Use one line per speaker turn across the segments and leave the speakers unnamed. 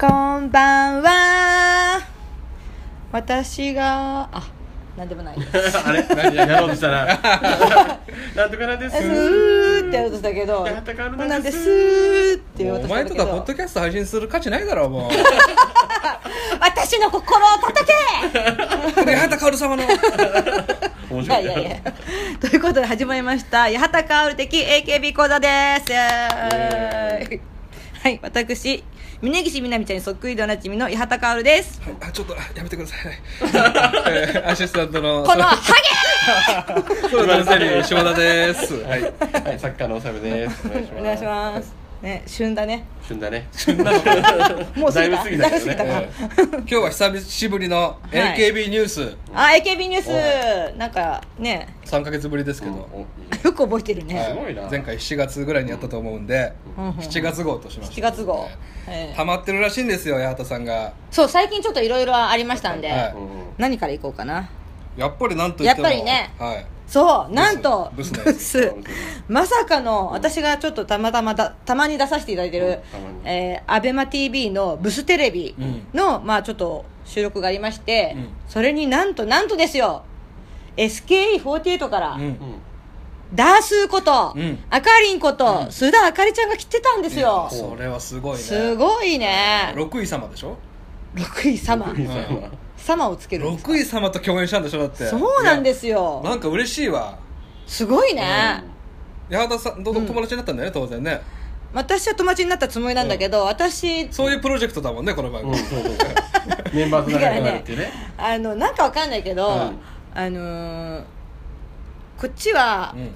こんばんは私があなんでもないです
あれ何やろうとしたら なんとかなんです
スーってやろうとしたけど
やったかるな
なんで
です
スーって言おう
お
とした
前
んだ
と
け
か
ど
ポッドキャスト配信する価値ないだろもう
私の心を叩け
これ八幡薫様の
面
い
白
や
い
いやいやということで始まりました八幡薫的 AKB 講座ですイエーイはい私峯岸みなみちゃんにそっくりでおなじみの八幡薫です
はいあちょっとやめてくださ い、えーアシスタントの
このハ
そうだね島田です
は
はいい
はいサッカーのおさむですお願いし
ゲ
ます
お願いしますね旬だね
旬だね
もう過ぎた
だいぶ過ぎ
だいぶ
たけどね
過ぎたか
今日は久しぶりの
はい
AKB ニュース、
あ AKB ニュースなんかね
三3か月ぶりです
う
け
ん
ど、
おいいね
よく覚えてる
は
ね、
すごいな
前回7月ぐらいにやったと思うんで、
うんうん
7月号としました
7月号、ええ
ハマってるらしいんですよ八幡さんが
そう最近ちょっといろいろありましたんで、
はい
うんうん
何からいこうかな
やっぱりなんといっても
やっぱりね
はい、
そうなんと
ブスね
ブスまさかの私がちょっとたまたまだたまに出させていただいてる、
うんたまに
えー、アベマ t v のブステレビの、まあちょっと収録がありまして、
うん
それになんとなんとですよ SKE48 から、
うん
うん
ダースーこと、
うん
あかりんこと、須田あかりちゃんが来てたんですよ
それはすごいね
すごいね
6位様でしょ
6位様
いいさ
うん
様をつけるんですか
6位様と共演したんでしょだって
そうなんですすよ
なんか嬉しいわ
すごいね、
八幡さんと友達になったんだよね、当然ね
私は友達になったつもりなんだけど、私
そういうプロジェクトだもんねこの番
うん
組、
そうそうそうメンバーと仲良くなるっていうね
あのなんかわかんないけど、
うん
あのーこっちは、
うん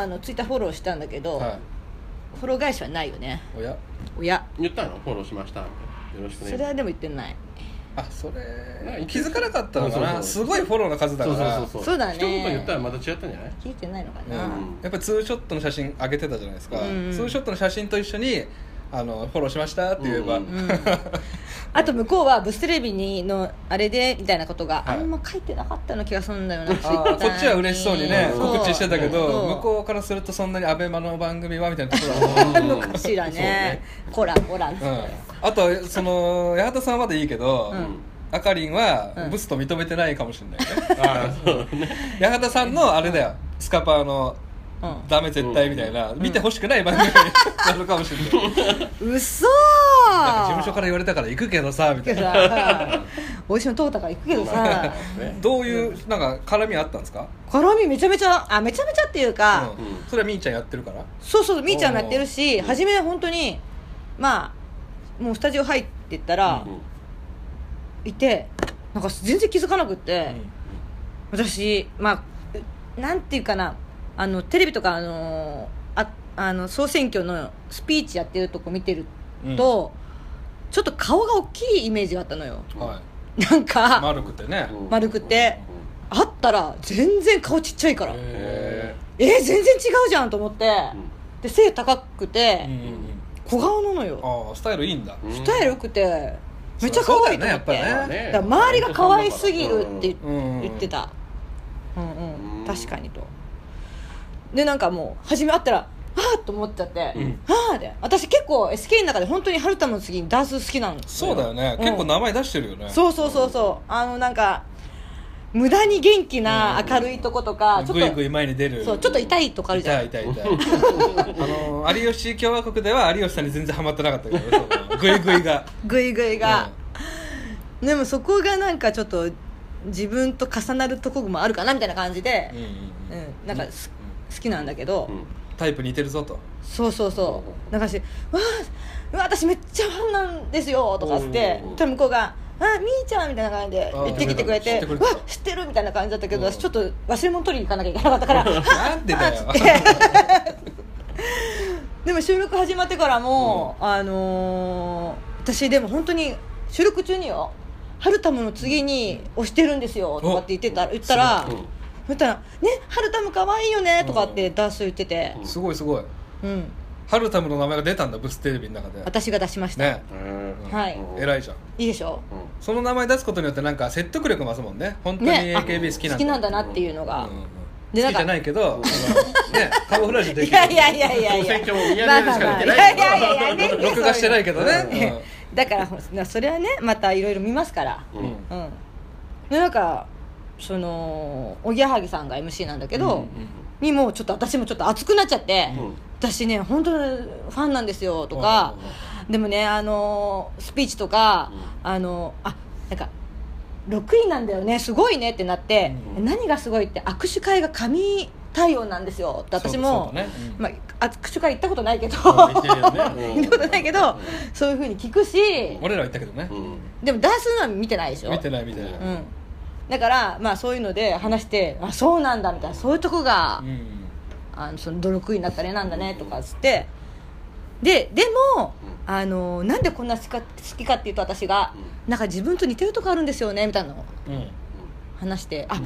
あのツイッターフォローしたんだけど、
はい
フォロー返しはないよね
おや
おや
言ったのフォローしましたよろしくね
それはでも言ってない
あそ
なん
れ
か
気づかなかったのか
そう
な
そうそう
すごいフォローの数だ
そ
か
うそう
ら
そうそう
そうだね
一言言ったらまた違ったんじゃない
聞いてないのか
うん
な、
うん
やっぱりツーショットの写真上げてたじゃないですか、
うん
ツーショットの写真と一緒にあのフォローしましたって言えば、
うん
うんあと向こうはブステレビにのあれでみたいなことが
は
あ
い
んま書いてなかったような気がするんだよな、
あーこっちは嬉しそうにね
そう
告知してたけど
そう
向こうからするとそんなにアベマの番組はみたいなところ
う
だ
ん
あんのかしら
そうね
ねこらこら、
もん、うん、あとその八幡さんはまでいいけど、
うん
あかりん
う
は
ん
ブスと認めてないかもしれないね、
ああそうね
八幡さんのあれだよスカパーの
うん
ダメ絶対みたいな、見てほしくない番組になるかもしれない、なんか
うそ
事務所から言われたから行くけどさみた
け
い
ど
な
さ おいしいの通ったから行くけどさ
ね
どういうなんか絡みあったんですか、
絡みめちゃめちゃあめちゃめちゃっていうか、
うん、それはみーちゃんやってるから
そうそうみーちゃんもやってるし初めは本当にまあもうスタジオ入ってったら、
うん
いてなんか全然気づかなくって、
う
私まあなんていうかなあのテレビとかあのああの総選挙のスピーチやってるとこ見てると、ちょっと顔が大きいイメージがあったのよ
んはい
なんか、
丸くてね
うん
丸くてあったら全然顔ちっちゃいからえ
へ
ー全然違うじゃんと思って、
うん
で背高く
え
て、
うん
小顔なのよ
ああスタイルいいんだ
うん
スタイル良くてめっちゃ可愛いと思って、
そうだよねやっぱ
ね
だから周りが可愛すぎるって言っ
うん
言ってたうんうん、
うん
確かにとでなんかもう初め会ったらああと思っちゃって、
うん
ああで私結構 SK の中で本当に春田の次にダンス好きなの
そうだよね、
うん
結構名前出してるよね
そうそうそうそうあのなんか無駄に元気な
うん
明るいとことか、ちょっ
ぐ
と
いぐい前に出る
そうちょっと痛いとかあるじゃ
痛
ん
い痛い痛いあの有吉共和国では有吉さんに全然ハマってなかったけどそうぐいぐい が
グイグイが、でもそこがなんかちょっと自分と重なるとこもあるかなみたいな感じで
うん、うん
う
うんん
なんかす、好きなんだけど、
うん
タイプ似てるぞ と
そうそうそうなんかし「わあ私めっちゃファンなんですよ」とかつって
おー
たら向こうが「あみーちゃん」みたいな感じで
あー
言ってきてくれ
知っててく
「
れ
わ
た
知ってる」みたいな感じだったけど
うん
私ちょっと忘れ物取りに行かなきゃいけなかったから
なんでだよ
でも収録始まってからも、あのー私でも本当に収録中によ「春タムの次に押してるんですよ」とかって言ってた言ったら
うん
言ったら「ね春タム可愛いよね」とかってダース言ってて
うん
すごいすごい
うん
ハルタムの名前が出たんだブステレビの中で
私が出しました、
ね
うん
はい
偉いじゃん
いいでしょ
うん
その名前出すことによってなんか説得力増すもんね本当に
ねあ
AKB 好きな
好
んだ、
きなんだなっていうのが、
うんうん
でなん
好き
か
じゃない けど、あのね、カモフラージュでき
い
る
やいやいやいやいや
選挙も嫌でしかできない
まあまあまあいやいやいややめて
録画してないけど
うん
ね、
だからほなそれはねまたいろいろ見ますから
うんうん
うんでなんかそのおぎやはぎさんが MC なんだけど、にもうちょっと私もちょっと熱くなっちゃって、
うん
私ね本当にファンなんですよとか、でもねあのースピーチとか、あのーあなんか6位なんだよねすごいねってなって、
うん
何がすごいって握手会が神対応なんですよって私も、
そうだねうん
まあ、握手会行ったことないけど
あ言
行
ってるよねう
っ
ん
たことないけどそういうふうに聞くし
俺らは言ったけどね
うん
でもダンスのは見てないでしょ
見てない見てない
うん、だから、まあ、そういうので話してあそうなんだみたいなそういうとこが、
うん
あのその努力になったりなんだねとかっつってででも、あのなんでこんな好きか好きかっていうと私が、なんか自分と似てるとこあるんですよねみたいなのを
うん
話してあ、こ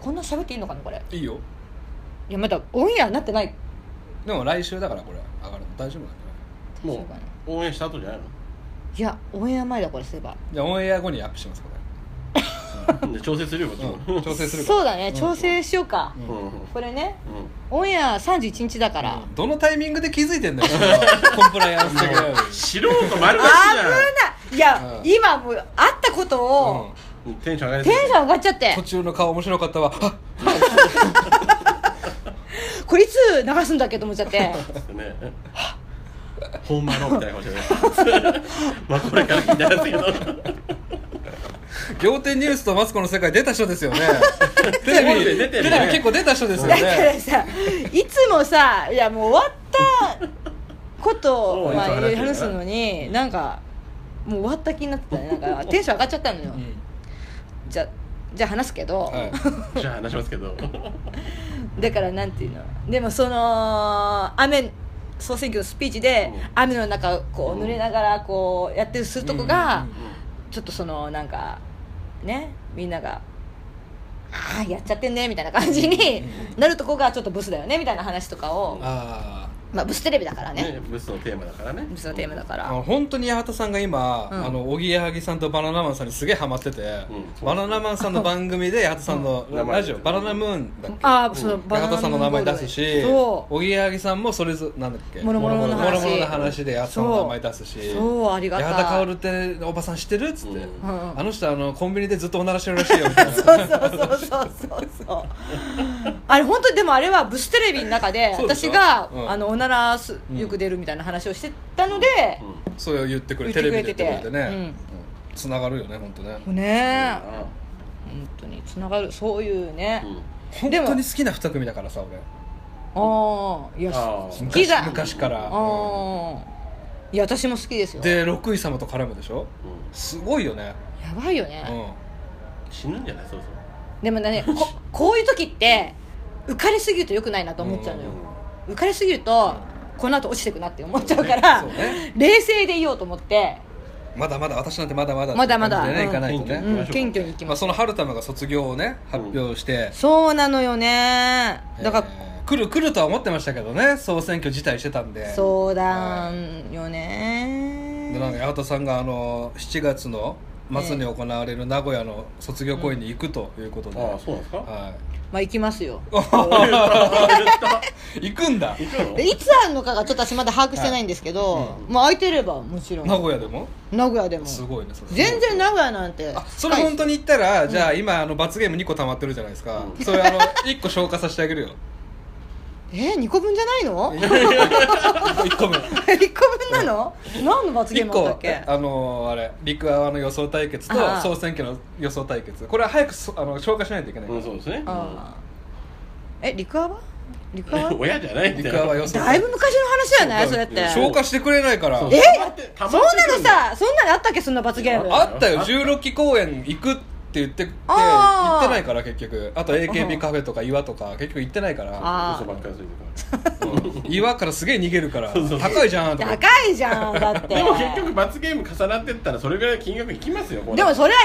こんな喋っていいのかなこれ
いいよ
いやまだオンエアになってない
でも来週だからこれ上がるの大丈夫なんじゃない
もう応援した後じゃない
いやオンエア前だこれすれば
じゃあオンエア後にアップしますこ
ので調整するよこっち
れ、
も
うん、調整するから
そうだね
ん
調整しようか、
うん
うんうん
これねオンエア31日だから、
うんどのタイミングで気づいてんだよそれはコンプライアンス的な
素人丸
危
出しじ
ないいや、
うん
今もう会ったことを、
ゃんうんテンション上がりす
テ
ぎ
ンション上がっちゃって
途中の顔面白かったわあ
これいつ流すんだっけと思っちゃって
ねほんまのみたいな顔してねまあこれから聞いたやつけど
仰天ニュースとマツコの世界出た人ですよね テ
テレ
レ
ビ
ビ
で出てるね
テレビ結構出た人ですよ
だから
ね
さいつもさいやもう終わったこと
も
を
う
まあ
いつ話してる
話すのになんかもう終わった気になってたねなんかテンション上がっちゃったのよ、
うん
じゃじゃあ話すけど、
はい
じゃあ話しますけど
だからなんていうのでもその雨総選挙のスピーチで
うん
雨の中こう濡れながらこうやってるするとこが、
うんうんうん
ちょっとそのなんかねみんなが「ああやっちゃってんね」みたいな感じになるとこがちょっとブスだよねみたいな話とかを、
あ
まあ、ブステレビだからね
ねブスのテーマだからね
ブスのテーマだか
ー
ら、
あの本当に八幡さんが今、
うん
あのおぎやはぎさんとバナナマンさんにすげえハマってて、
うん
バナナマンさんの番組で八幡さんの
うん
ラジオ「バナナムーン」だっけ
ああその
八幡さんの名前出すし
そ
おぎやはぎさんもそれぞれなんだっけ
もろもろの話
もろもろの話で八幡さんの名前出すし
そうありがたい
八幡薫っておばさん知ってるっつって、
う
う
ん
ん
あの人あのコンビニでずっとおならしてるらしいよみたいな
う そうそうそうそうそうあれ本当にでもあれはブステレビの中で
そうでし
私
ょ
が、
うん
あのおならすよく出るみたいな話をしてたので、
うん
そう言ってくれ
言
テ
って
レ
くれて
ビで
て
言ってくれてねつな、繋がるよね本当ね
ねえ
あ
本当につながるそういうね、
うん
本
でも
当に好きな二組だからさ俺
ああいや
あー
好きだ
昔昔から
ああいや私も好きですよ
で六位様と絡むでしょ
うん
すごいよね、
やばいよ
う
ね、
ん、
死ぬんじゃないそうそう
でもね ここういう時って浮かれすぎるとよくないなと思っちゃうのよ、浮かれすぎるとこの後落ちてくなって思っちゃうから、
そうね
冷静でいようと思って、
まだまだ私なんてまだまだ
まだまだ
って感
うん
じでね、いかないとね、
う、
行きましょうん
謙虚にいき
ま
ま
あ、
す、
その春玉が卒業をね発表して、
そうなのよねだから、
えー来る来るとは思ってましたけどね総選挙辞退してたんで
そうだんよね
でなんか八幡さんがあの7月の末に行われる名古屋の卒業公演に行くということで、
ああそうなんですか
は
まあ行きますよ
い、行くんだ
行くの
でいつあるのかがちょっと私まだ把握してないんですけど、まあ空いてればもちろん
名古屋でも
名古屋でも
すごいねそれ
全然名古屋なんて
あそれ本当に言ったら、じゃあ今あの罰ゲーム2個溜まってるじゃないですか、
うん
それあの1個消化させてあげるよ
えー、2個分じゃない の
1個目
1個分なの何の罰ゲー
1
ムだ
個
ったっけ
あのあれ陸泡の予想対決と
ああ
総選挙の予想対決これは早くそあの消化しないといけないか
う
ら、
んそうですね
あーえ陸泡陸泡
親じゃないみたい
陸
な
泡予想
だいぶ昔の話じゃないそれってそ
消
ん
化してくれないから
そう
え
溜まって溜まって
な
く
の
るんだ
さそんなのあったっけそんな罰ゲーム
あったよ16期公演行くって言ってて
あ
行
あ
ってないから結局あと
うん
AKB カフェとか岩とか結局行ってないから
あ
嘘ばっかりついてくる
うん岩からすげえ逃げるから
そうそう
高いじゃんとか
高いじゃんだって
でも結局罰ゲーム重なってったらそれぐらい金額いきますよこれ
でもそれは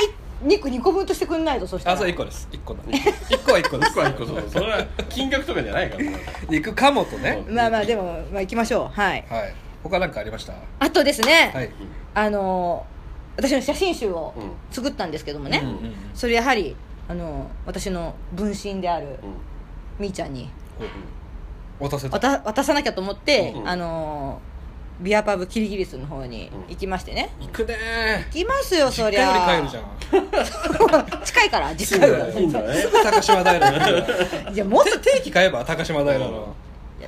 2, 個二個分としてくんないとそした
あ
ら
そう1個です1個だ1個は1個で
一
す
個は一個そうそれは金額とかじゃないから
行くかもとね
まあまあでも、まあ、行きましょうはい
はい他なんかありました
あとですね、
はい
あのー私の写真集を
うん
作ったんですけどもね、
うん
うんうん
それやはりあの私の分身である
うん
みーちゃんに
渡せた
渡渡さなきゃと思って、
うん
あのービアパブキリギリスの方に行きましてね、
行くねー
行きますよそ
実
り
家より
ゃ
帰るじゃ ん
近いから
そ
実
う
家
だね
よ
いいんだね
高島平の
りじゃあもっと
定期買えば高島平の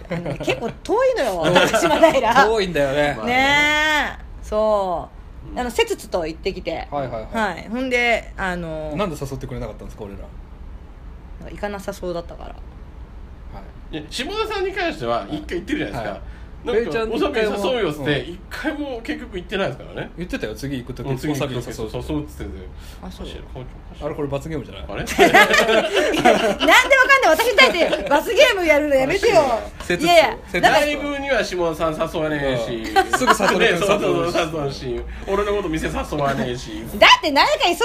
あのね結構遠いのよ高島平
遠いんだよね
まあ
ねえそう、
うん
あのせつつと行ってきて
はいはいは
はいほんであの
いなんで誘ってくれなかったんですか俺らは
なんか行かなさそうだったから
いや下田さんに関しては一回言ってるじゃないですか、
はい
なんか
ベイ
お
ちゃ
さ
ん
び
に一回
誘
も
うよっつって一回も結局行ってないですからね
い言ってたよ次行く時
うん次
お
行
さ
く
び
時
を
誘
誘うと
うっつってて
あそう
おかしいなおかしい
あれこれ罰ゲームじゃない
あれ
なんでわかんない私に対して罰ゲームやるのやめてよ
せつ
いやい
せ
やだ
つ
から
ライブには下田さん誘わねえし、
うんすぐ悟る
ねそうそう
悟るし
そう誘うし俺のこと店誘わねえし
だって何か忙し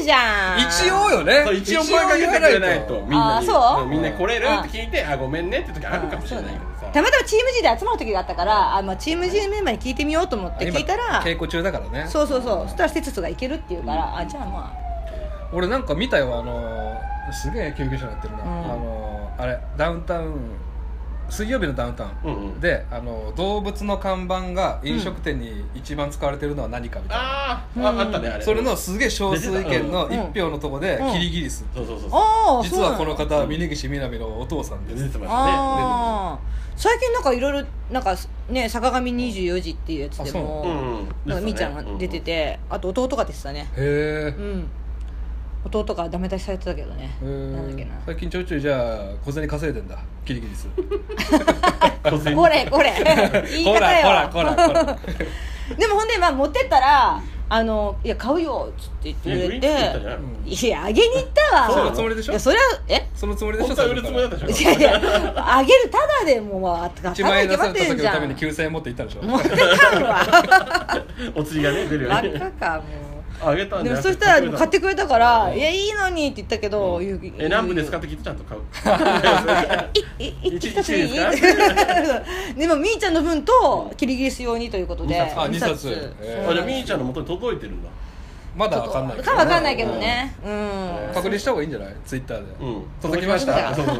いじゃん
一応よね
そう一応声かけてくれないとみんなに
あそう
みんなに来れるって聞いてあごめんねって時あるかもしれないけど
そうだ
さ
ねたまたまチーム G で集まる時があったからあ、まあ、チーム G メンバーに聞いてみようと思って聞いたら
今稽古中だからね
そうそうそうそしたら施設が行けるって言うから、あじゃあま
俺なんか見たよあのーすげえ救急車になってるな、
うん
あのーあれダウンタウン水曜日のダウンタ
う
ウン、
んうん
であのー動物の看板が飲食店に一番使われてるのは何かみたいな、
あー
うん
ああったねあれ
それのすげえ少数意見の一票のとこで
うん
キリギリス、
そうそうそう
あ
そう
ああ
実はこの
そうな
方は峯岸みなみのお父さん
出
で
てま
す、
すね
ああ最近なんかいろいろなんかね坂上24時っていうやつで
う
も、
ん
なんかみーちゃんが出てて、あと弟が出てたね
へ
う
え
ん弟がダメ出しされてたけどね
へー
なんだっけな
最近ちょいちょいじゃあ小銭稼いでんだキリギリス
小銭
これこれ言い
こ
方よ
らこらこらこら
でもほんで、まあ、持ってったら「あのいや買うよ」っつって言ってくれ
いや売りに行ったじゃ
て
ん
うん
いやあげに行ったわ
そのつもりでしょ
いやそれはえ
そのつもりでしょ
本当は売るつもりだった
でし
で
い
しょ
やいやあげるただでもうわただ
1万円出された時のために
持
9000円持って行ったでしょ
ってかんわ
お釣りがね出るよ
バ
ね
カかもう
あげたん
で
だ
もそしたら買ってくれたから「
うん
いやいいのに」って言ったけど「
うん
言う
え何分ですか
い
って聞いてちゃ んと買う
いい
一
一冊
一
いい
日
でもみーちゃんの分とキリギリス用にということで
二冊
あ二冊
二冊
えー
そ
あ
う
じ
な
ゃあ
ん
み
で
ー
す
ちゃんの元に届いてるんだ
まだわかんない
ちょっとかわかんない
ど
けどねう
うんん
確認した方がいいんじゃないツイッターで、
うん
届きました
そうそう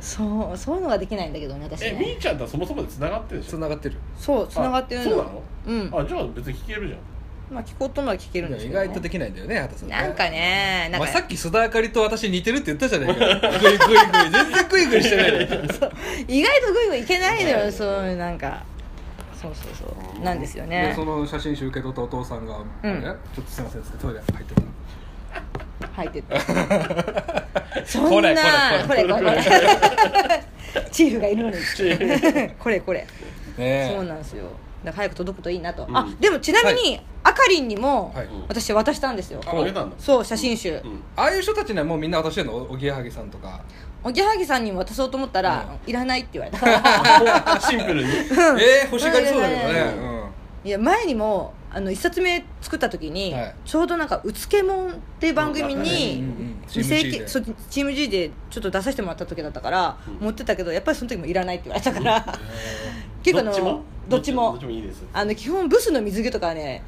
そうそういうのができないんだけどね私
えみ
ね
ーちゃんとはそもそもで繋がってるでしょ
つながってる
そうつながってる
そうなの
うん
あじゃあ別に聞けるじゃん
まあ聞こうと思えば聞けるんです
意
けどね
外とできないんだよね畑さん
なんかねなん
まあ、
か
さっき須田あかりと私似てるって言ったじゃないかグイグイグイ全然グイグイし てないのよ
意外とグイグイいけないのよそういうなんかそうそうそうなんですよ
で
ね
その写真集受け取ったお父さんが、あれちょっとすいませんっつってトイレ入ってた
入ってった そんなこ
こ
れ
れ
これこれ チーフがいるのに これこれ
ね
そうなんですよだから早く届くといいなと、
うん
あでもちなみに、あかりんにも、
はい
私渡したんですよ
ああげたんだ
そう写真集、
うん
ああいう人たちにはもうみんな渡してんのおぎやはぎさんとか、
おぎやはぎさんにも渡そうと思ったら、いらないって言われた
シンプルに
えー、欲しがりそうだけど
いやいや
ね
いや
いや前にもあの1冊目作った時に、
はい
ちょうどなんか「うつけもん」っていう番組に、
うんうんうん
未成年
チ
そうチーム G でちょっと出させてもらった時だったから、持ってたけどやっぱりその時もいらないって言われたから、結構あ
どっちも
のどっちも
どっちもいいです
あの基本ブスの水着とかはね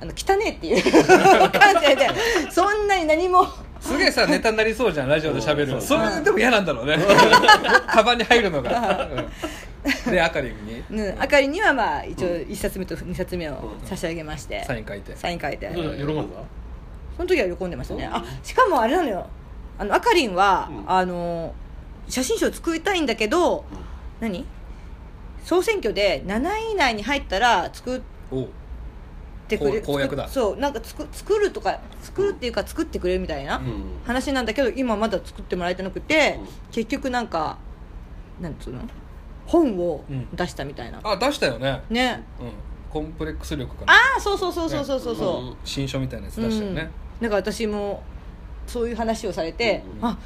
あの汚ねえっていう 感じでそんなに何も
すげえさネタになりそうじゃんラジオで喋
う
る
ん
それでも嫌なんだろうね カバンに入るのが、うんであかりんに
うんあかりにはまあ一応1冊目と2冊目を差し上げまして
サイン書いて
サイン書いて
どうした喜んだ
その時は喜んでましたねあしかもあれなのよあのあかりんは、
うん
あの写真集を作りたいんだけど何総選挙で7位以内に入ったら作っ
おう
てくれ
公公約だ
そうなんか作作るとか作るっていうか作ってくれるみたいな、
うん
話なんだけど今まだ作ってもらえてなくて、
うん
結局なんかなんつうの本を
うん
出したみたいな、
あ出したよね、
ね
うん、コンプレックス力かな
ああそうそうそうそうそうそうそう、
うん
新書みたいなやつ
う
出したよ
ん
ね、
なんか私もそういう話をされて「
うん
あ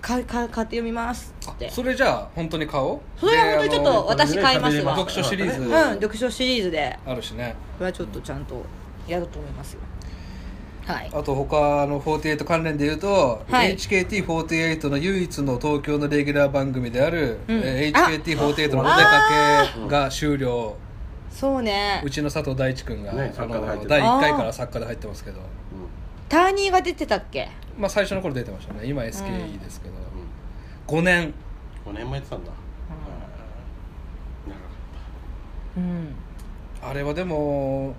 かか買って読みます」っつって
あそれじゃあ本当に買おう
それは本当にちょっと
であの
私買いますわ
読書シリーズ
うん読書シリーズで
あるしね
これはちょっとちゃんとやろうと思いますよはい
あと他の48関連で言うと、
はい
HKT48 の唯一の東京のレギュラー番組である、
うん
えー
あ
HKT48 のお出かけが終了
そうね
うちの佐藤大地君が、
ね
あ
作家で入って
の
る
第1回から作家で入ってますけど
ターニーが出てたっけ
まあ最初の頃出てましたね今 SKE ですけど、5年
5年もやってたんだ
ん
あー長かっ
うん
あれはでも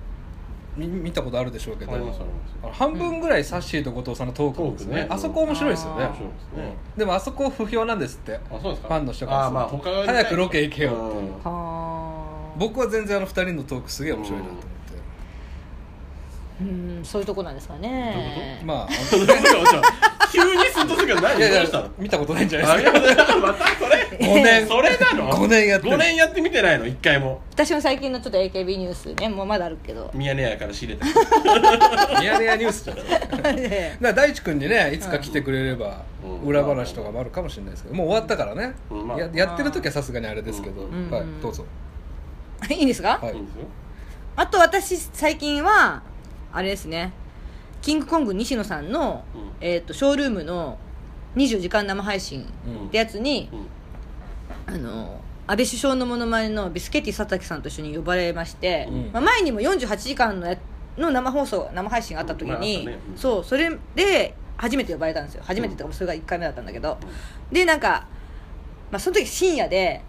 み見たことあるでしょうけど
ありますあり
あ
ま
の半分ぐらいサッシーと後藤さんのトークですね,、
トークね
あそこ面白いですよね
あー
面白いですね
うんでもあそこ不評なんですって
すあそうですか
ファンの人から
あ
すると
あまあ他が
早くロケ行けよって
うん
は あ
僕は全然あの2人のトークすげえ面白いなと思っ
うんそういうとこなんですかね
てまあ
どうした急にすっとするから
いや
何
い
どう
や
したの
見たことないんじゃない
あ
で
り
す
が
か
とうございますまたそれ
5年
それなの
5年やってる
5年やってみてないの1回も
私も最近のちょっと AKB ニュースねもうまだあるけ ど
ミヤネ屋から仕入れた
ミヤネ屋ニュースじゃんだか
ね
ら大地君にねいつか来てくれれば
うん
裏話とかもあるかもしれないですけどもう終わったからね
うんまあ
ややってる時はさすがにあれですけど
うん
はいどうぞ
いいんですか、
はい
いいんですよ
あと私最近はあれですねキングコング西野さんの、
うん
えー、とショールームの24時間生配信ってやつに、
うん
あの安倍首相のモノマネのビスケッティ佐竹さんと一緒に呼ばれまして、
うん
まあ、前にも48時間のやの生放送生配信があった時
まああっ
に、
たねうん
そうそれで初めて呼ばれたんですよ初めてとかもそれが1回目だったんだけど、でなんか、まあ、その時深夜で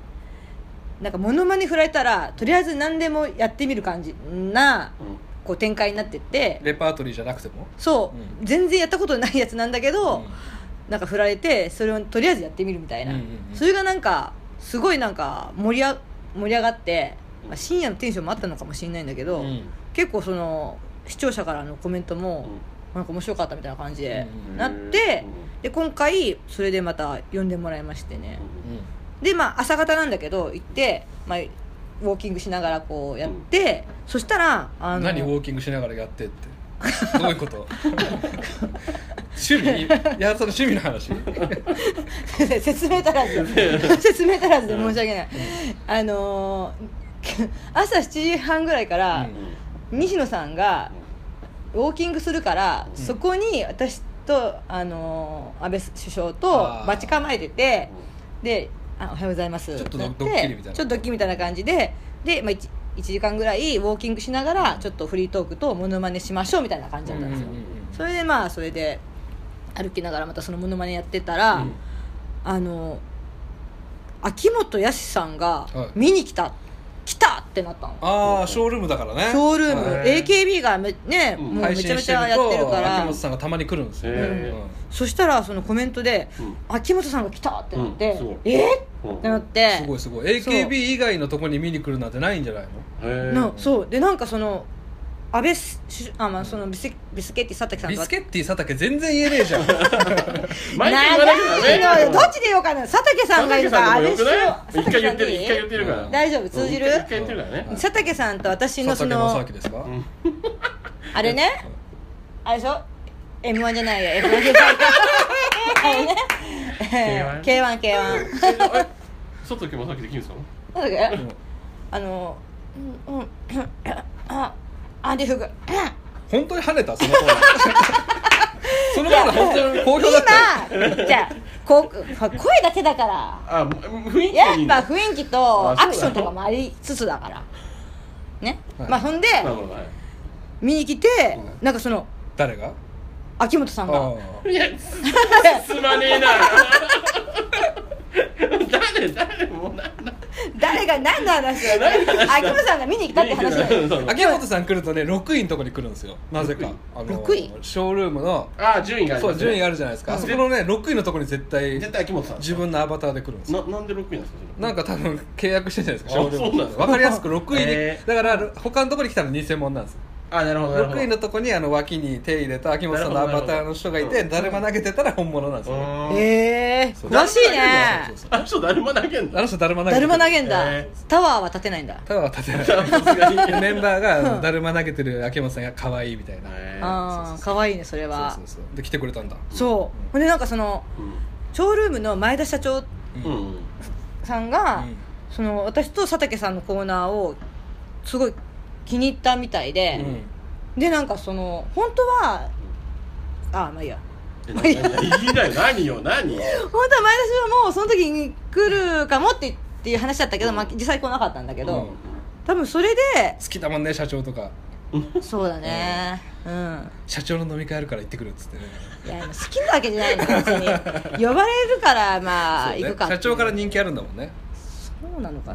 なんかモノマネ振られたらとりあえず何でもやってみる感じな
う
こう展開になってって
レパートリーじゃなくても
そう、
う
全然やったことないやつなんだけど、
うん
なんか振られてそれをとりあえずやってみるみたいな、
うんうんうん
それがなんかすごいなんか盛りあ盛り上がって、まあ、深夜のテンションもあったのかもしれないんだけど、
うん
結構その視聴者からのコメントも
ん
なんか面白かったみたいな感じで
うん
なって、
うん
で今回それでまた呼んでもらいましてね、でまあ朝方なんだけど行って、まあ、ウォーキングしながらこうやって、そしたらあの
何ウォーキングしながらやってってどういうこと趣味いやその趣味の話
説明足ら ず説明足らずで申し訳ない、あのー 朝7時半ぐらいから
うん
西野さんがウォーキングするから、
うん
そこに私と、あのー安倍首相と
あー
待ち構えててであ「おはようございます」
ちょっとド
やて
ドッキリみたいな
ちょっとドッキリみたいな感じでで、まあ、1, 時間ぐらいウォーキングしながらちょっとフリートークとモノマネしましょうみたいな感じだったんですよ、
うんうんうんうん
それでまあそれで歩きながらまたそのモノマネやってたら、
うん
あの秋元康さんが
はい
見に来た、来たってなったの
ああショールームだからね
ショールーム
はい、
AKB がめね、
うん
もうめ
配
ちゃ
信
め
し
ち
てる
ゃやってる
と
か
秋
ら
元さんがたまに来るんですよね、
へー
うん
そしたらそのコメントで
うん
「秋元さんが来た!」ってなって「
うんすごい
え
う
っ!」
ん
ってなって
すごいすごい AKB 以外のとこに見に来るなんてないんじゃないの
へー
なそうでなんかその安倍すあ、まあ、そのビスビスケッティ佐竹さん
ビ
と
スケッティ佐竹全然言えねえじゃん
毎回言わなきゃダメ
長いのどっちで言おうかな佐竹さんがいるから
佐
あ
竹
れし
さん
よ
でも
う
よくない一回言ってる一回言ってるから
大丈夫通じる
一回言ってるからね
佐竹さんと私の
佐
そ
竹正
の
明ですか、
ん
あれねあれでしょ m 1じゃないや f 1じゃないやあれね
K1
k 1 k 1
えあれ外行けばさっきできるんですか
なんだっけあのうんうんあアンディフグ
本当に跳ねたそのコーナーそのコーナー本当に好評だった
今じゃあこう声だけだから
あもう雰囲気
や
でいい
っ
んだ
ぱ雰囲気と
あそうだ
アクションとかもありつつだからね、
はい
まあほんで
なるほどは
見に来て
う
なんかその
誰が
秋元さん
あ
が
いいやすすまねえな誰誰もうな
誰が何の話だよ
何の話だ
秋元さんが見に来たって話だよ
そう
あ秋元さん来るとね6位のとこに来るんですよなぜかあの
六位
ショールームの
あ順位があり
そ
ま
う
すね
順位あるじゃないですか、
うん
あそこのね6位のとこに絶対
絶対秋元さん
自分のアバターで来るんですよ
ななんで6位なんですかそれ
なんか多分契約してるじゃないですかショール
あそうなん
ー
で
ム
すか
わかりやすく6位に、
へー
だから他のとこに来たら偽物なんです
あなるほどなるほど
6位のとこにあの脇に手入れた秋元さんのアバターの人がいて
な
だるま投げてたら本物なんですよ、ね、
うーん
ええ
そう
詳しい
そう
ね
そうそう
あの人誰も投げん
あ
の
の人だるま投げ
だ
て
る
る
ま投げんだ、
えー
タワーは立てないんだ
ただは立てない
さすがに
メンバーがあのだるま投げてる秋元さんが可愛いみたいな
えー
ああかわいいねそれは
そうそうそうで来てくれたんだ
そうほんでなんかそのショールームの前田社長
うんうん
さんが、
うん
その私と佐竹さんのコーナーをすごい気に入ったみたいで、でなんかその本当はあまあいいや
えなないいなよ何よ何よ
本当は前田氏はもうその時に来るかもってっていう話だったけど、まあ、実際来なかったんだけど、
うん
多分それで
好きだもんね社長とか
そうだねうん、
社長の飲み会あるから行ってくるっつってね
いや好きなわけじゃないの別に 呼ばれるからまあ、
そうね
行くかって
社長から人気あるんだもんね
そうなのか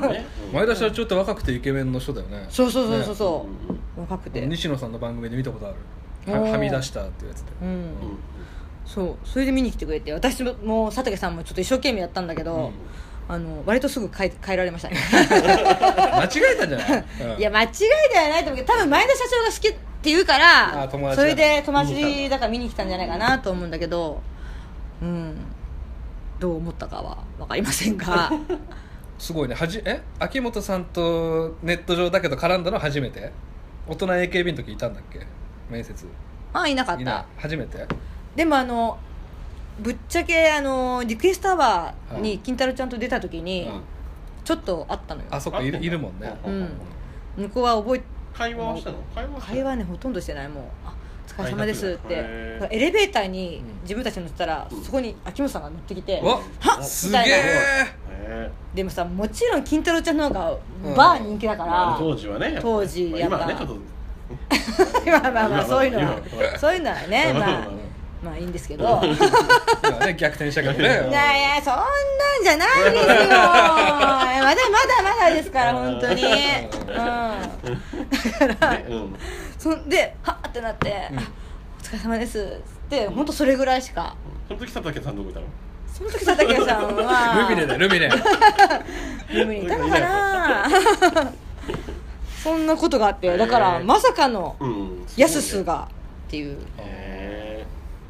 な
ね
前田社長って若くてイケメンの人だよね
そうそうそうそう
う
そ
ん
う若くて
西野さんの番組で見たことある
おー
ははみ出したっていうやつで
うん
うん
そうそれで見に来てくれて私も佐竹さんもちょっと一生懸命やったんだけど、あの割とすぐ変え変えられましたね
間違えたんじゃ ない、うん
いや間違いではないと思うけど多分前田社長が好きって言うから
あ友達だ
それで友達だから見に来たんじゃないかなと思うんだけどうんどう思ったかは分かりません が
すごいねはじえ秋元さんとネット上だけど絡んだの初めて大人 AKB の時いたんだっけ面接
まあいなかった
いない初めて
でもあのぶっちゃけあのリクエストアワー
は
に
い
金太郎ちゃんと出た時に
うん
ちょっとあったのよ、
あそっかいるいるもんね
う
向こうは覚え
会話をしたの会話をしたの
会話ねほとんどしてないもうあ「お疲れ様です」っ
はい
て
はい
エレベーターに
うん
自分たち乗ってたら、そこに秋元さんが乗ってきて
わ
はっ
す
み
げ
たいな
え
へ
でもさもちろん金太郎ちゃんの方が
うん
バー人気だ
ー
か
ま
ら、
あ当時はねやっぱ
当時
まあ
やっぱ
今はねちょっと
まあまあまあそういうの
今今
はそういうのはねまあまあいいんですけど
今ね逆転したから
い
ね
やいやそんなんじゃないですよまだまだまだですから本当にうん
ねうん
そんではっってなって、あお疲れ様です」っつって本当それぐらいしか
その時佐竹さんどこいたの
その時佐竹さんは
ルミネだよルミネ
ルミネいたのかな そんなことがあってだからまさかの
うん
やすすがっていう
へ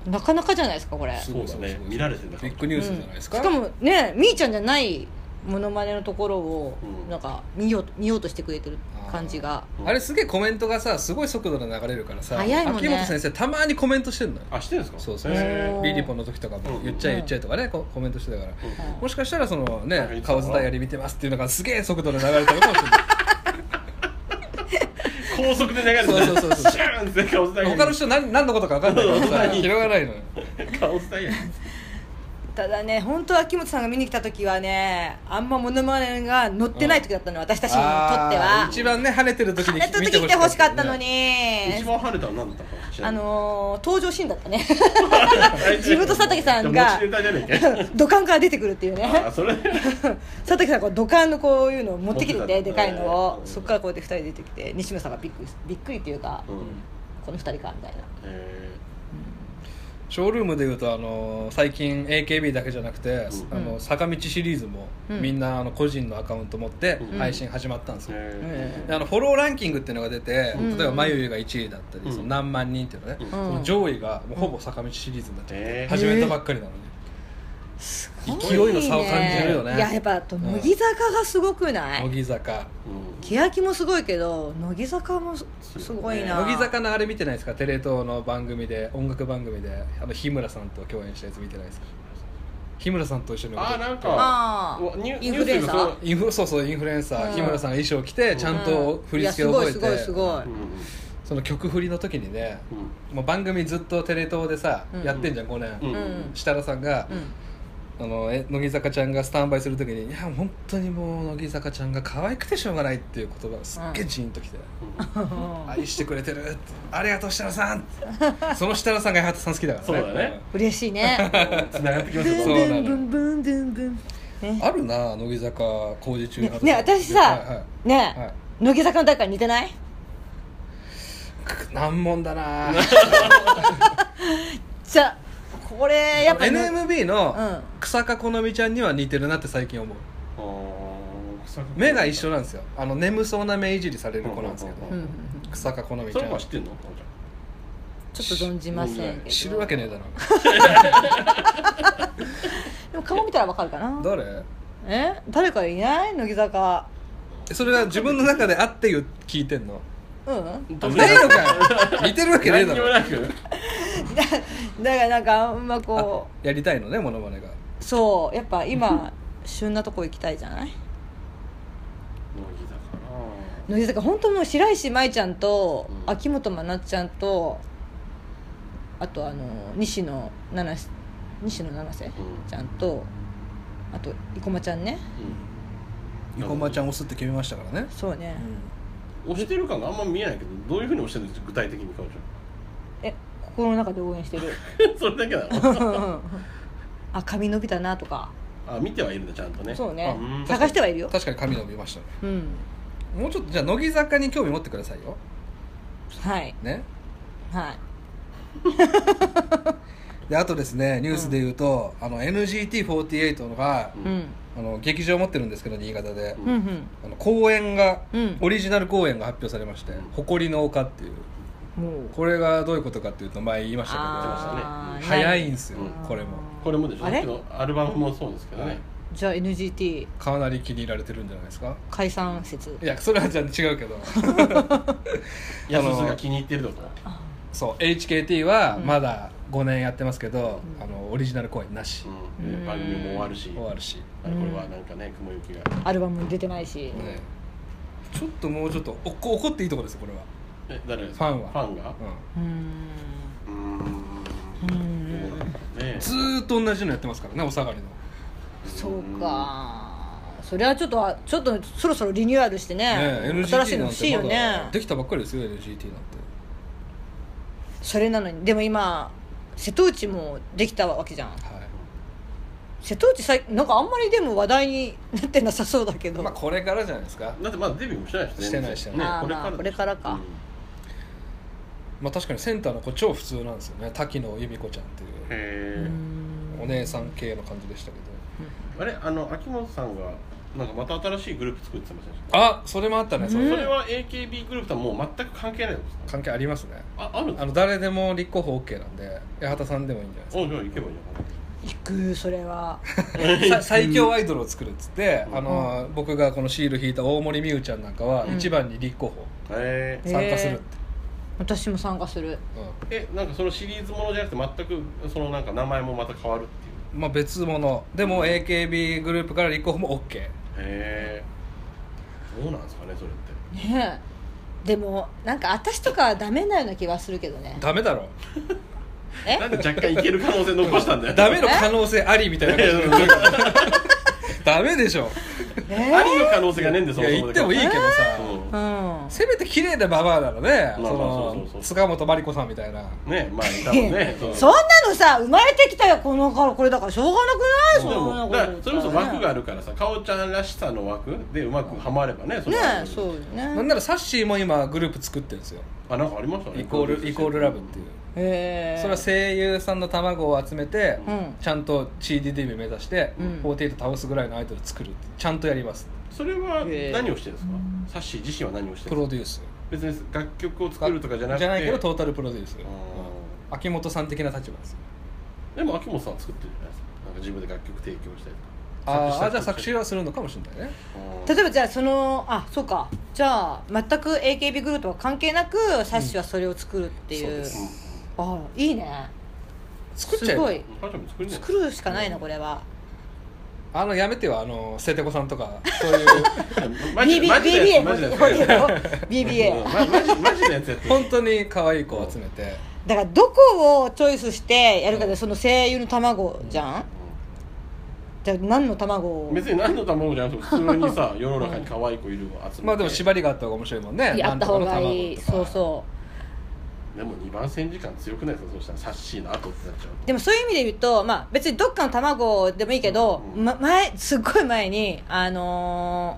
なかなかじゃないですかこれ
ーそうだね見られてんだ
ビッグニュースじゃないですか、
しかもねみーちゃんじゃないモノマネのところを
うん
なんか見よう見ようとしてくれてる感じが
うん
あれすげえコメントがさすごい速度で流れるからさ
早いもんね
秋元先生たまにコメントしてんのよ
あしてるんですか
そうそう
へ
そう
ー
リリポの時とかも言っちゃえ言っちゃえとかねこうコメントしてたから
うん
もしかしたらその
なんかい
ね
つか
顔伝いやり見てますっていうのがすげえ速度で流れてるかもしれない
高速で流れて
そうそうそうそう
シャーンって顔伝え
他の人何何のことか分かんないから
そ
さ
う
広がらないのよ
顔伝え
ただね本当秋元さんが見に来た時はねあんまモノマネが乗ってない時だったのよ私たちにとって
あー
は
一番ね跳ねてる時に
あの時来てほしかったのに、
一番跳ねたの何だったか知ら
あ
ない
のー登場シーンだったね
自
分と佐竹さんが
持ちネタじゃねえ か
土管から出てくるっていうね
あそれ
佐竹さんが土管のこういうのを持ってきて
持っててた
でかいのを
うん
そこからこうやって2人出てきて西村さんがびっくりびっくりっていうか、
うん
この2人かみたいな
え
ショールームでいうとあの最近 AKB だけじゃなくて、
うん
あの坂道シリーズも、
うん
みんなあの個人のアカウント持って
うん
配信始まったんですよ、
え
であのフォローランキングっていうのが出て、
うん
例えばまゆゆが1位だったり、
うん
その何万人っていうのね、
うん
その上位がもうほぼ坂道シリーズになっちゃって、
え
始めたばっかりなのに、勢いの差を感じるよね
いややっぱあと乃木坂がすごくない、
乃木坂
欅もすごいけど乃木坂もすすごいな、
乃木坂のあれ見てないですかテレ東の番組で音楽番組であの日村さんと共演したやつ見てないですか日村さんと一緒に
あなん
あ
か
ー
ニュ
インフルエンサー
ニュスがそう
インフそうそうインフルエンサー、
うん
日村さんが衣装着てちゃんと振り付け
い
を
や
覚えて、
すごいすごいす
うん
その曲振りの時にね
うん
もう番組ずっとテレ東でさ、
うん
やってんじゃん5年、
うんうん
うん
設楽さんが、
うん
あのえ乃木坂ちゃんがスタンバイする時に「いや本当にもう乃木坂ちゃんが可愛くてしょうがない」っていう言葉がすっげえジーンときて「愛してくれてる」って「ありがとう設 楽さん」その設楽さんが八幡さん好きだから
そうだね
嬉しい ね
つながって
ブ
きますよ
ン
そうなの
ブンブンブンブンブンね
あるな乃木坂工事中
ねね私さ、
はいはい
ね、
はい
乃木坂の誰かに似てない
く難問だな
じゃあこれやっぱ、
NMB
うん
の草加好美ちゃんには似てるなって最近思う
あー
目が一緒なんですよあの眠そうな目いじりされる子なんですけど
うん
うんうんうん、
草加好美
そ
ち
れ
ゃ
は
ん
知ってんのこのち
ちょっと存じませんけど
知るわけねえだ
でも顔見たらわかるかな
ろ誰
え誰かいない乃木坂
それは自分の中であって言う聞いてんの
うん
ゃん
ねえのかよ似てるわけねえだ
何にも
ろ
なく
だからなんかあんまこ
やりたいのねモノマネが
うそうやっぱ今旬なとこ行きたいじゃない
乃木だから
乃木坂本当もう白石麻衣ちゃんと
うん
秋元真夏ちゃんとあとあの西野七瀬西野七瀬
ん
ちゃんとあと生駒ちゃんね
うん
生駒ちゃん押すって決めましたからね
そうね、
押してる感があんま見えないけどどういうふうに押してるんですか具体的に彼
え 心の中で応援してる
女それだけだろ
あ髪伸びたなとか
あ見てはいるんだちゃんとね
そうね
ん
探してはいるよ
確かに髪伸びましたね
うん
もうちょっとじゃあ乃木坂に興味持ってくださいよ
はい
ね
はい
であとですねニュースで言うと、あの NGT48 のが
う
うんん
あの劇場持ってるんですけど新潟で、
うんうん
あの公演が、
うん
オリジナル公演が発表されまして「誇りの丘」っていう
もう
これがどういうことかっていうと前言いましたけど
あー
出
早いんですよ、
うん
これも
これもでしょ
あれ
うちのアルバムもそうですけどね
じゃあ NGT
かなり気に入られてるんじゃないですか
解散説
いやそれはじゃあ違うけど
安すが気に入ってるとか
そう HKT は
うん
まだ5年やってますけど、
うん
あのオリジナル公演なし、
うん
うん
で番組も終わるし
終わるし、
あれこれはなんかね雲行きが
アルバムに出てないし
ねちょっともうちょっとおこ怒っていいとこですよこれは
え誰です
ファンは
ファンが
う
うーん
う
う
ーん
ーん
どうなんだろうね
んずーっと同じのやってますからねお下がりの
そうかそれはちょっとちょっとそろそろリニューアルしてね
ね NGT
新しいの
なん
欲しいよ
てまだ
ね
できたばっかりですよ NGT なんて
それなのにでも今瀬戸内もできたわけじゃん
は
瀬戸内さいなんかあんまりでも話題になってなさそうだけ
い
ど、
まあこれからじゃないですか
だってまだデビューもしてないでしょ
してない
全
して
然
ない
あーまあ
ね
これからか
まあ確かにセンターの子超普通なんですよね滝野由美子ちゃんってい
う
う
ー
へ
ん
お姉さん系の感じでしたけど
えあれあの秋元さんがなんかまた新しいグループ作ってませんでした
あそれもあったねそれ
それは AKB グループとはもう全く関係ないんですか
関係ありますね
ああるんで
あ
す
の
か
誰でも立候補 OK なんで八幡さんでもいいんじゃないですか
おじゃあ行けばいい
行くそれ は
さ最強アイドルを作るっつって、あの僕がこのシール引いた大森美羽ちゃんなんかは
うん
1番に立候補
じゃんへえ
参加するって、
私も参加する
えなんかそのシリーズものじゃなくて全くそのなんか名前もまた変わるっていう
うんまあ、別物でも AKB グループから立候補も OK
へえどうなんですかねそれって
ねえでもなんか私とかはダメなような気はするけどね
ダメだろ
え
なんで若干いける可能性残したんだよ
ダメの可能性ありみたいな感じで
いやいや
ダメでしょ
え
ありの可能性がねえんで
い
そ
や
もそ
言
も
ってもいいけどさ、
うん
うん
せめて綺麗なババアならね、
まあまあ
そ
そうそうそ
の
う
塚本真理子さんみたいな
ねまあ多分ねそう
そんなのさ生まれてきたよこの頃これだからしょうがなくない
で
そんな
も
こと
だから
言った
そ
ら
れ
ね
こそ枠があるからさかおちゃんらしさの枠でうまくはまればねその
ねえそうよね
なんならサッシーも今グループ作ってるんですよ
あなんかありましたね
イコールイコールラブっていう、
へえ
それは声優さんの卵を集めて、
うん
ちゃんと CD デビュー目指して、
うん
48倒すぐらいのアイドル作るってちゃんとやります
それは
へえ
何をしてるんですかサッシー自身は何をして
プ
るん
ロ
ですか
デュース
別に楽曲を作るとかじゃなくて
じゃないけどトータルプロデュース、
あ
秋元さん的な立場です
ーでも秋元さんは作ってるじゃないですかなんか自分で楽曲提供したりとか
ああじゃあ作詞
は
はするのかもしれないね
例えばじゃあそのあそうかじゃあ全く AKB グループとは関係なくサッシはそれを作るっていう,、
そうです
あいいね
作っちゃ
す
えば
ごい
彼女も作りない
作るしかないなこれは
あのやめてよあの瀬手子さんとかそう いう
マジ
BB
でマジで
BBA
マジで
もいいよ BBA
マジマジマジのやつやって
本当に可愛い子を集めて、
だからどこをチョイスしてやるかでその声優の卵じゃん、じゃあ何の卵を
別に何の卵じゃなくて普通にさ世の中に可愛い子いるわ集めて
まあでも縛りがあった方が面白いもんね
やった方がいい
なんとか
そう
の卵とか
そ
でも2番戦時間強くないですかそうしたらサッシーの後ってなっちゃう
うでもそういう意味で言うと、まあ、別にどっかの卵でもいいけど、
うん
ま、前すっごい前にあの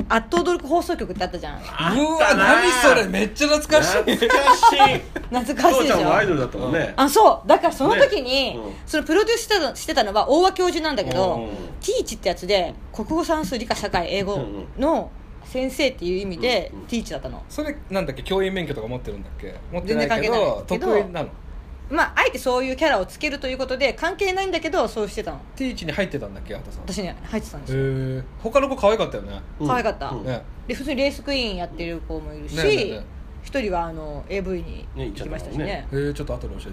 ー、圧倒努力放送局ってあったじゃん
うわ何それめっちゃ懐かしい
懐かしい
懐かし
父
い
ち
で
ゃ
し
んもアイ
ょ
ドルだったもんね
あそうだからその時に、
ねうん
そのプロデュースしてたしてたのは大和教授なんだけど、
うん
ティーチってやつで国語算数理科社会英語の先生っていう意味で、
うんうん
ティーチだったの
それなんだっけ教員免許とか持ってるんだっけ持ってないけ
全然
ど
関係ないけど
得意なの
まああえてそういうキャラをつけるということで関係ないんだけどそうしてたの
T チに入ってたんだっけ畑さんへ
私ね入ってたんですよ
え他の子可愛かったよね
うん
可愛かった
うんね
ね
で普通にレースクイーンやってる子もいるし
ねえねえねえ
一人はあの AV に
ね
行きましたし
行っ
ね
えー、ちょっと後で教えて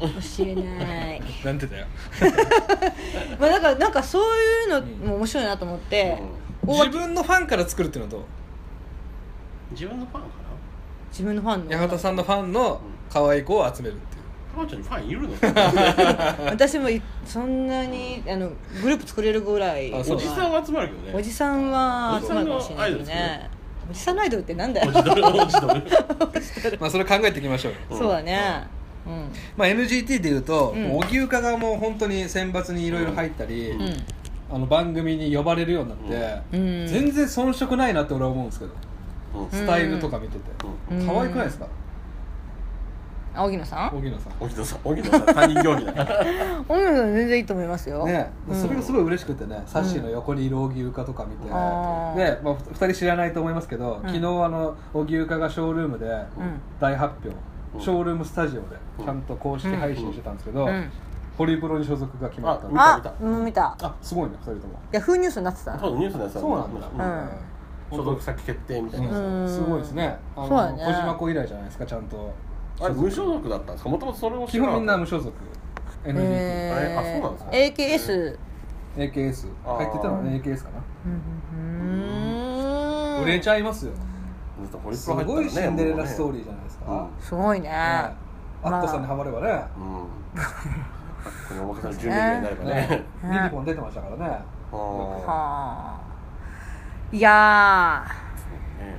教えない
なんてだよ
まあだからなんかそういうのも面白いなと思って、大
自
脇
分のファンから作るっていうのはど
自分のファンか
自分のファン
う
の
八幡さんのファンの可愛い子を集めるっていう
な彼女にファンいるの
私もいそんなにあのグループ作れるぐらい
あそ
お
う
じさんは集まるけどね
おじさんは集まるかもしれないけどねおじさんのアイドルってなんだよ
おじどるおじどる
まあそれ考えていきましょうよ
うん
そうだね、うん
まあ、NGT でいうと
うん
荻生がもう本当に選抜にいろいろ入ったり、
うん
うん
あの番組に呼ばれるようになっ
う
て、
ん
全然遜色ないなって俺は思うんですけど
うん
うん
スタイルとか見てて、
うん
可愛くないですか
青木野さん
荻野さん
荻野さん荻野さん他人行儀だから
青木野さん全然いいと思いますよ、
ね、
うん
それがすごい嬉しくてね、サッシーの横にいる荻生とか見て、で、
あー
まあ、ふ二人知らないと思いますけど、昨日あの荻生がショールームで
ん
大発表、
うん
ショールームスタジオで
うん
ちゃんと公式配信してたんですけど、
うん
ホリプロに所属が決まったんで
あ
あ
見た
うん見た
あすごいね二人とも
ヤフーニュースになってた
そうニュースのやつだ
そうなんだ、
うん所属先決定みたいな、
うん
すごいですねあの
そうだね
小島子以来じゃないですかちゃんと
あれ無所属だったんですかもともとそれを
基本みんな無
所
所属 NGT、
へー
あそうなんですか
AKS
AKS
あー
入ってたのはね AKS かな、
うん
売れちゃいますよ、
属ホリプ
す
ロ入った
ご
ら
い
ね
シンデレラストーリ
ー
ーじゃないですか、
うん
すごいね
ね
まあ
アッコさんにハマればね、
うんこれおまけさん10年ぐらいになればね
ねリリコン出てましたからね
ああ
はあいや
ね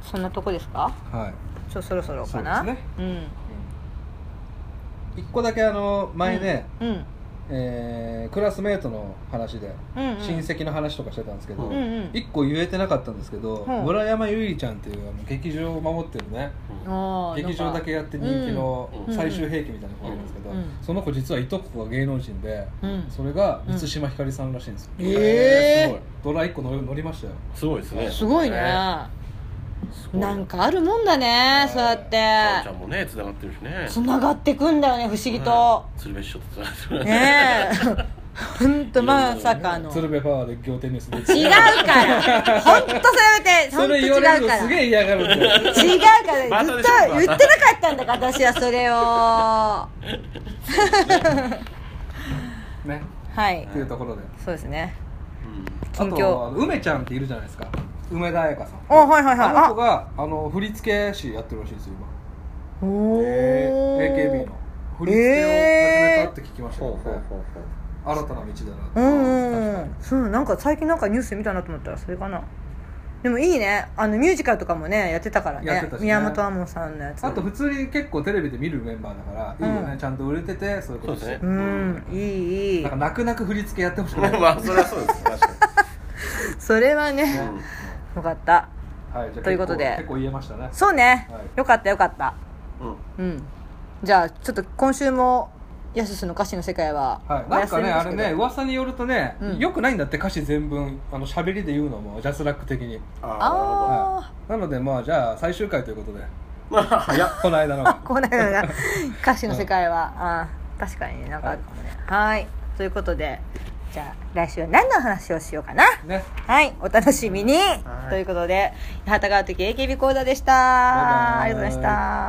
ーそんなとこですか
はい
ちょそろそろかな
そうですね
うん
一個だけあの前ね、
うん
えークラスメートの話で
うんうん
親戚の話とかしてたんですけど、
うん
うんうん
一個言えてなかったんですけど、
うん
村山ゆりちゃんっていうあの劇場を守ってるね
うん
あー
劇場だけやって人気の
うん
最終兵器みたいな子がいるんですけど、
うん
その子実はいとこが芸能人で、
うん
それが満島ひかりさんらしいんですよ、
うんえー
すごいドラ1個乗り乗りましたよ
すごいですね
すごいね
ごい
なんかあるもんだねそうや
ちゃ
っ
んもね繋がってるしね
てつながってくんだよね不思議と
うん鶴瓶師匠と繋がってる
ねえほんとまさかの
鶴瓶パワーで仰天ニュース出て
違うからほんとそれてほ
そ
んと
れ
違
言われる
う
の
か
す
ら
げえ嫌がるんだよ
違うから
ま
ずっ
たで
と
しょ
言ってなかったんだから私はそれをは
ね
い
っていうところで
そうですね
うん
あ
近
とあ
況
の梅ちゃんっているじゃないですか梅田彩香さん
あはいはいはい
あの子があの振付師やってるらしいですよ
お
今
お
AKB の振り付けを始めたって聞きました
ほう
よ
ほうほうほう
新たな道だなって
うんうんそうなんか最近なんかニュースで見たなと思ったらそれかなでもいいねあのミュージカルとかもねやってたから
や
ね
ってたしね
宮本亞門さんのやつ
あと普通に結構テレビで見るメンバーだからいいよね、
うん
ちゃんと売れててそういうことして
そうです
う
ね
んいいいい
なんか泣く泣く振り付けやってほしく ない、
まあそれはそうです確か
それはね
に、う
よかった
はい、じゃあ
ということで
結構結構言えましたね
そうね
はい
よかったよかった
んうん
うんじゃあちょっと今週もやすしの歌詞の世界は
はい、なんかねあれね
うわ
噂によるとね、
うん
よくないんだって歌詞全文あの喋りで言うのもジャスラック的に、
あ
あ
はい、なのでまあじゃあ最終回ということで
あなるほど早っ
この間の
あこうなるな歌詞の世界はあー確かにねなんかあるかもねはいということでじゃあ来週は何の話をしようかな
ね
はい、お楽しみに、
い
ということで、八幡川的 AKB 講座でした。
イバイ
ありがとうございました。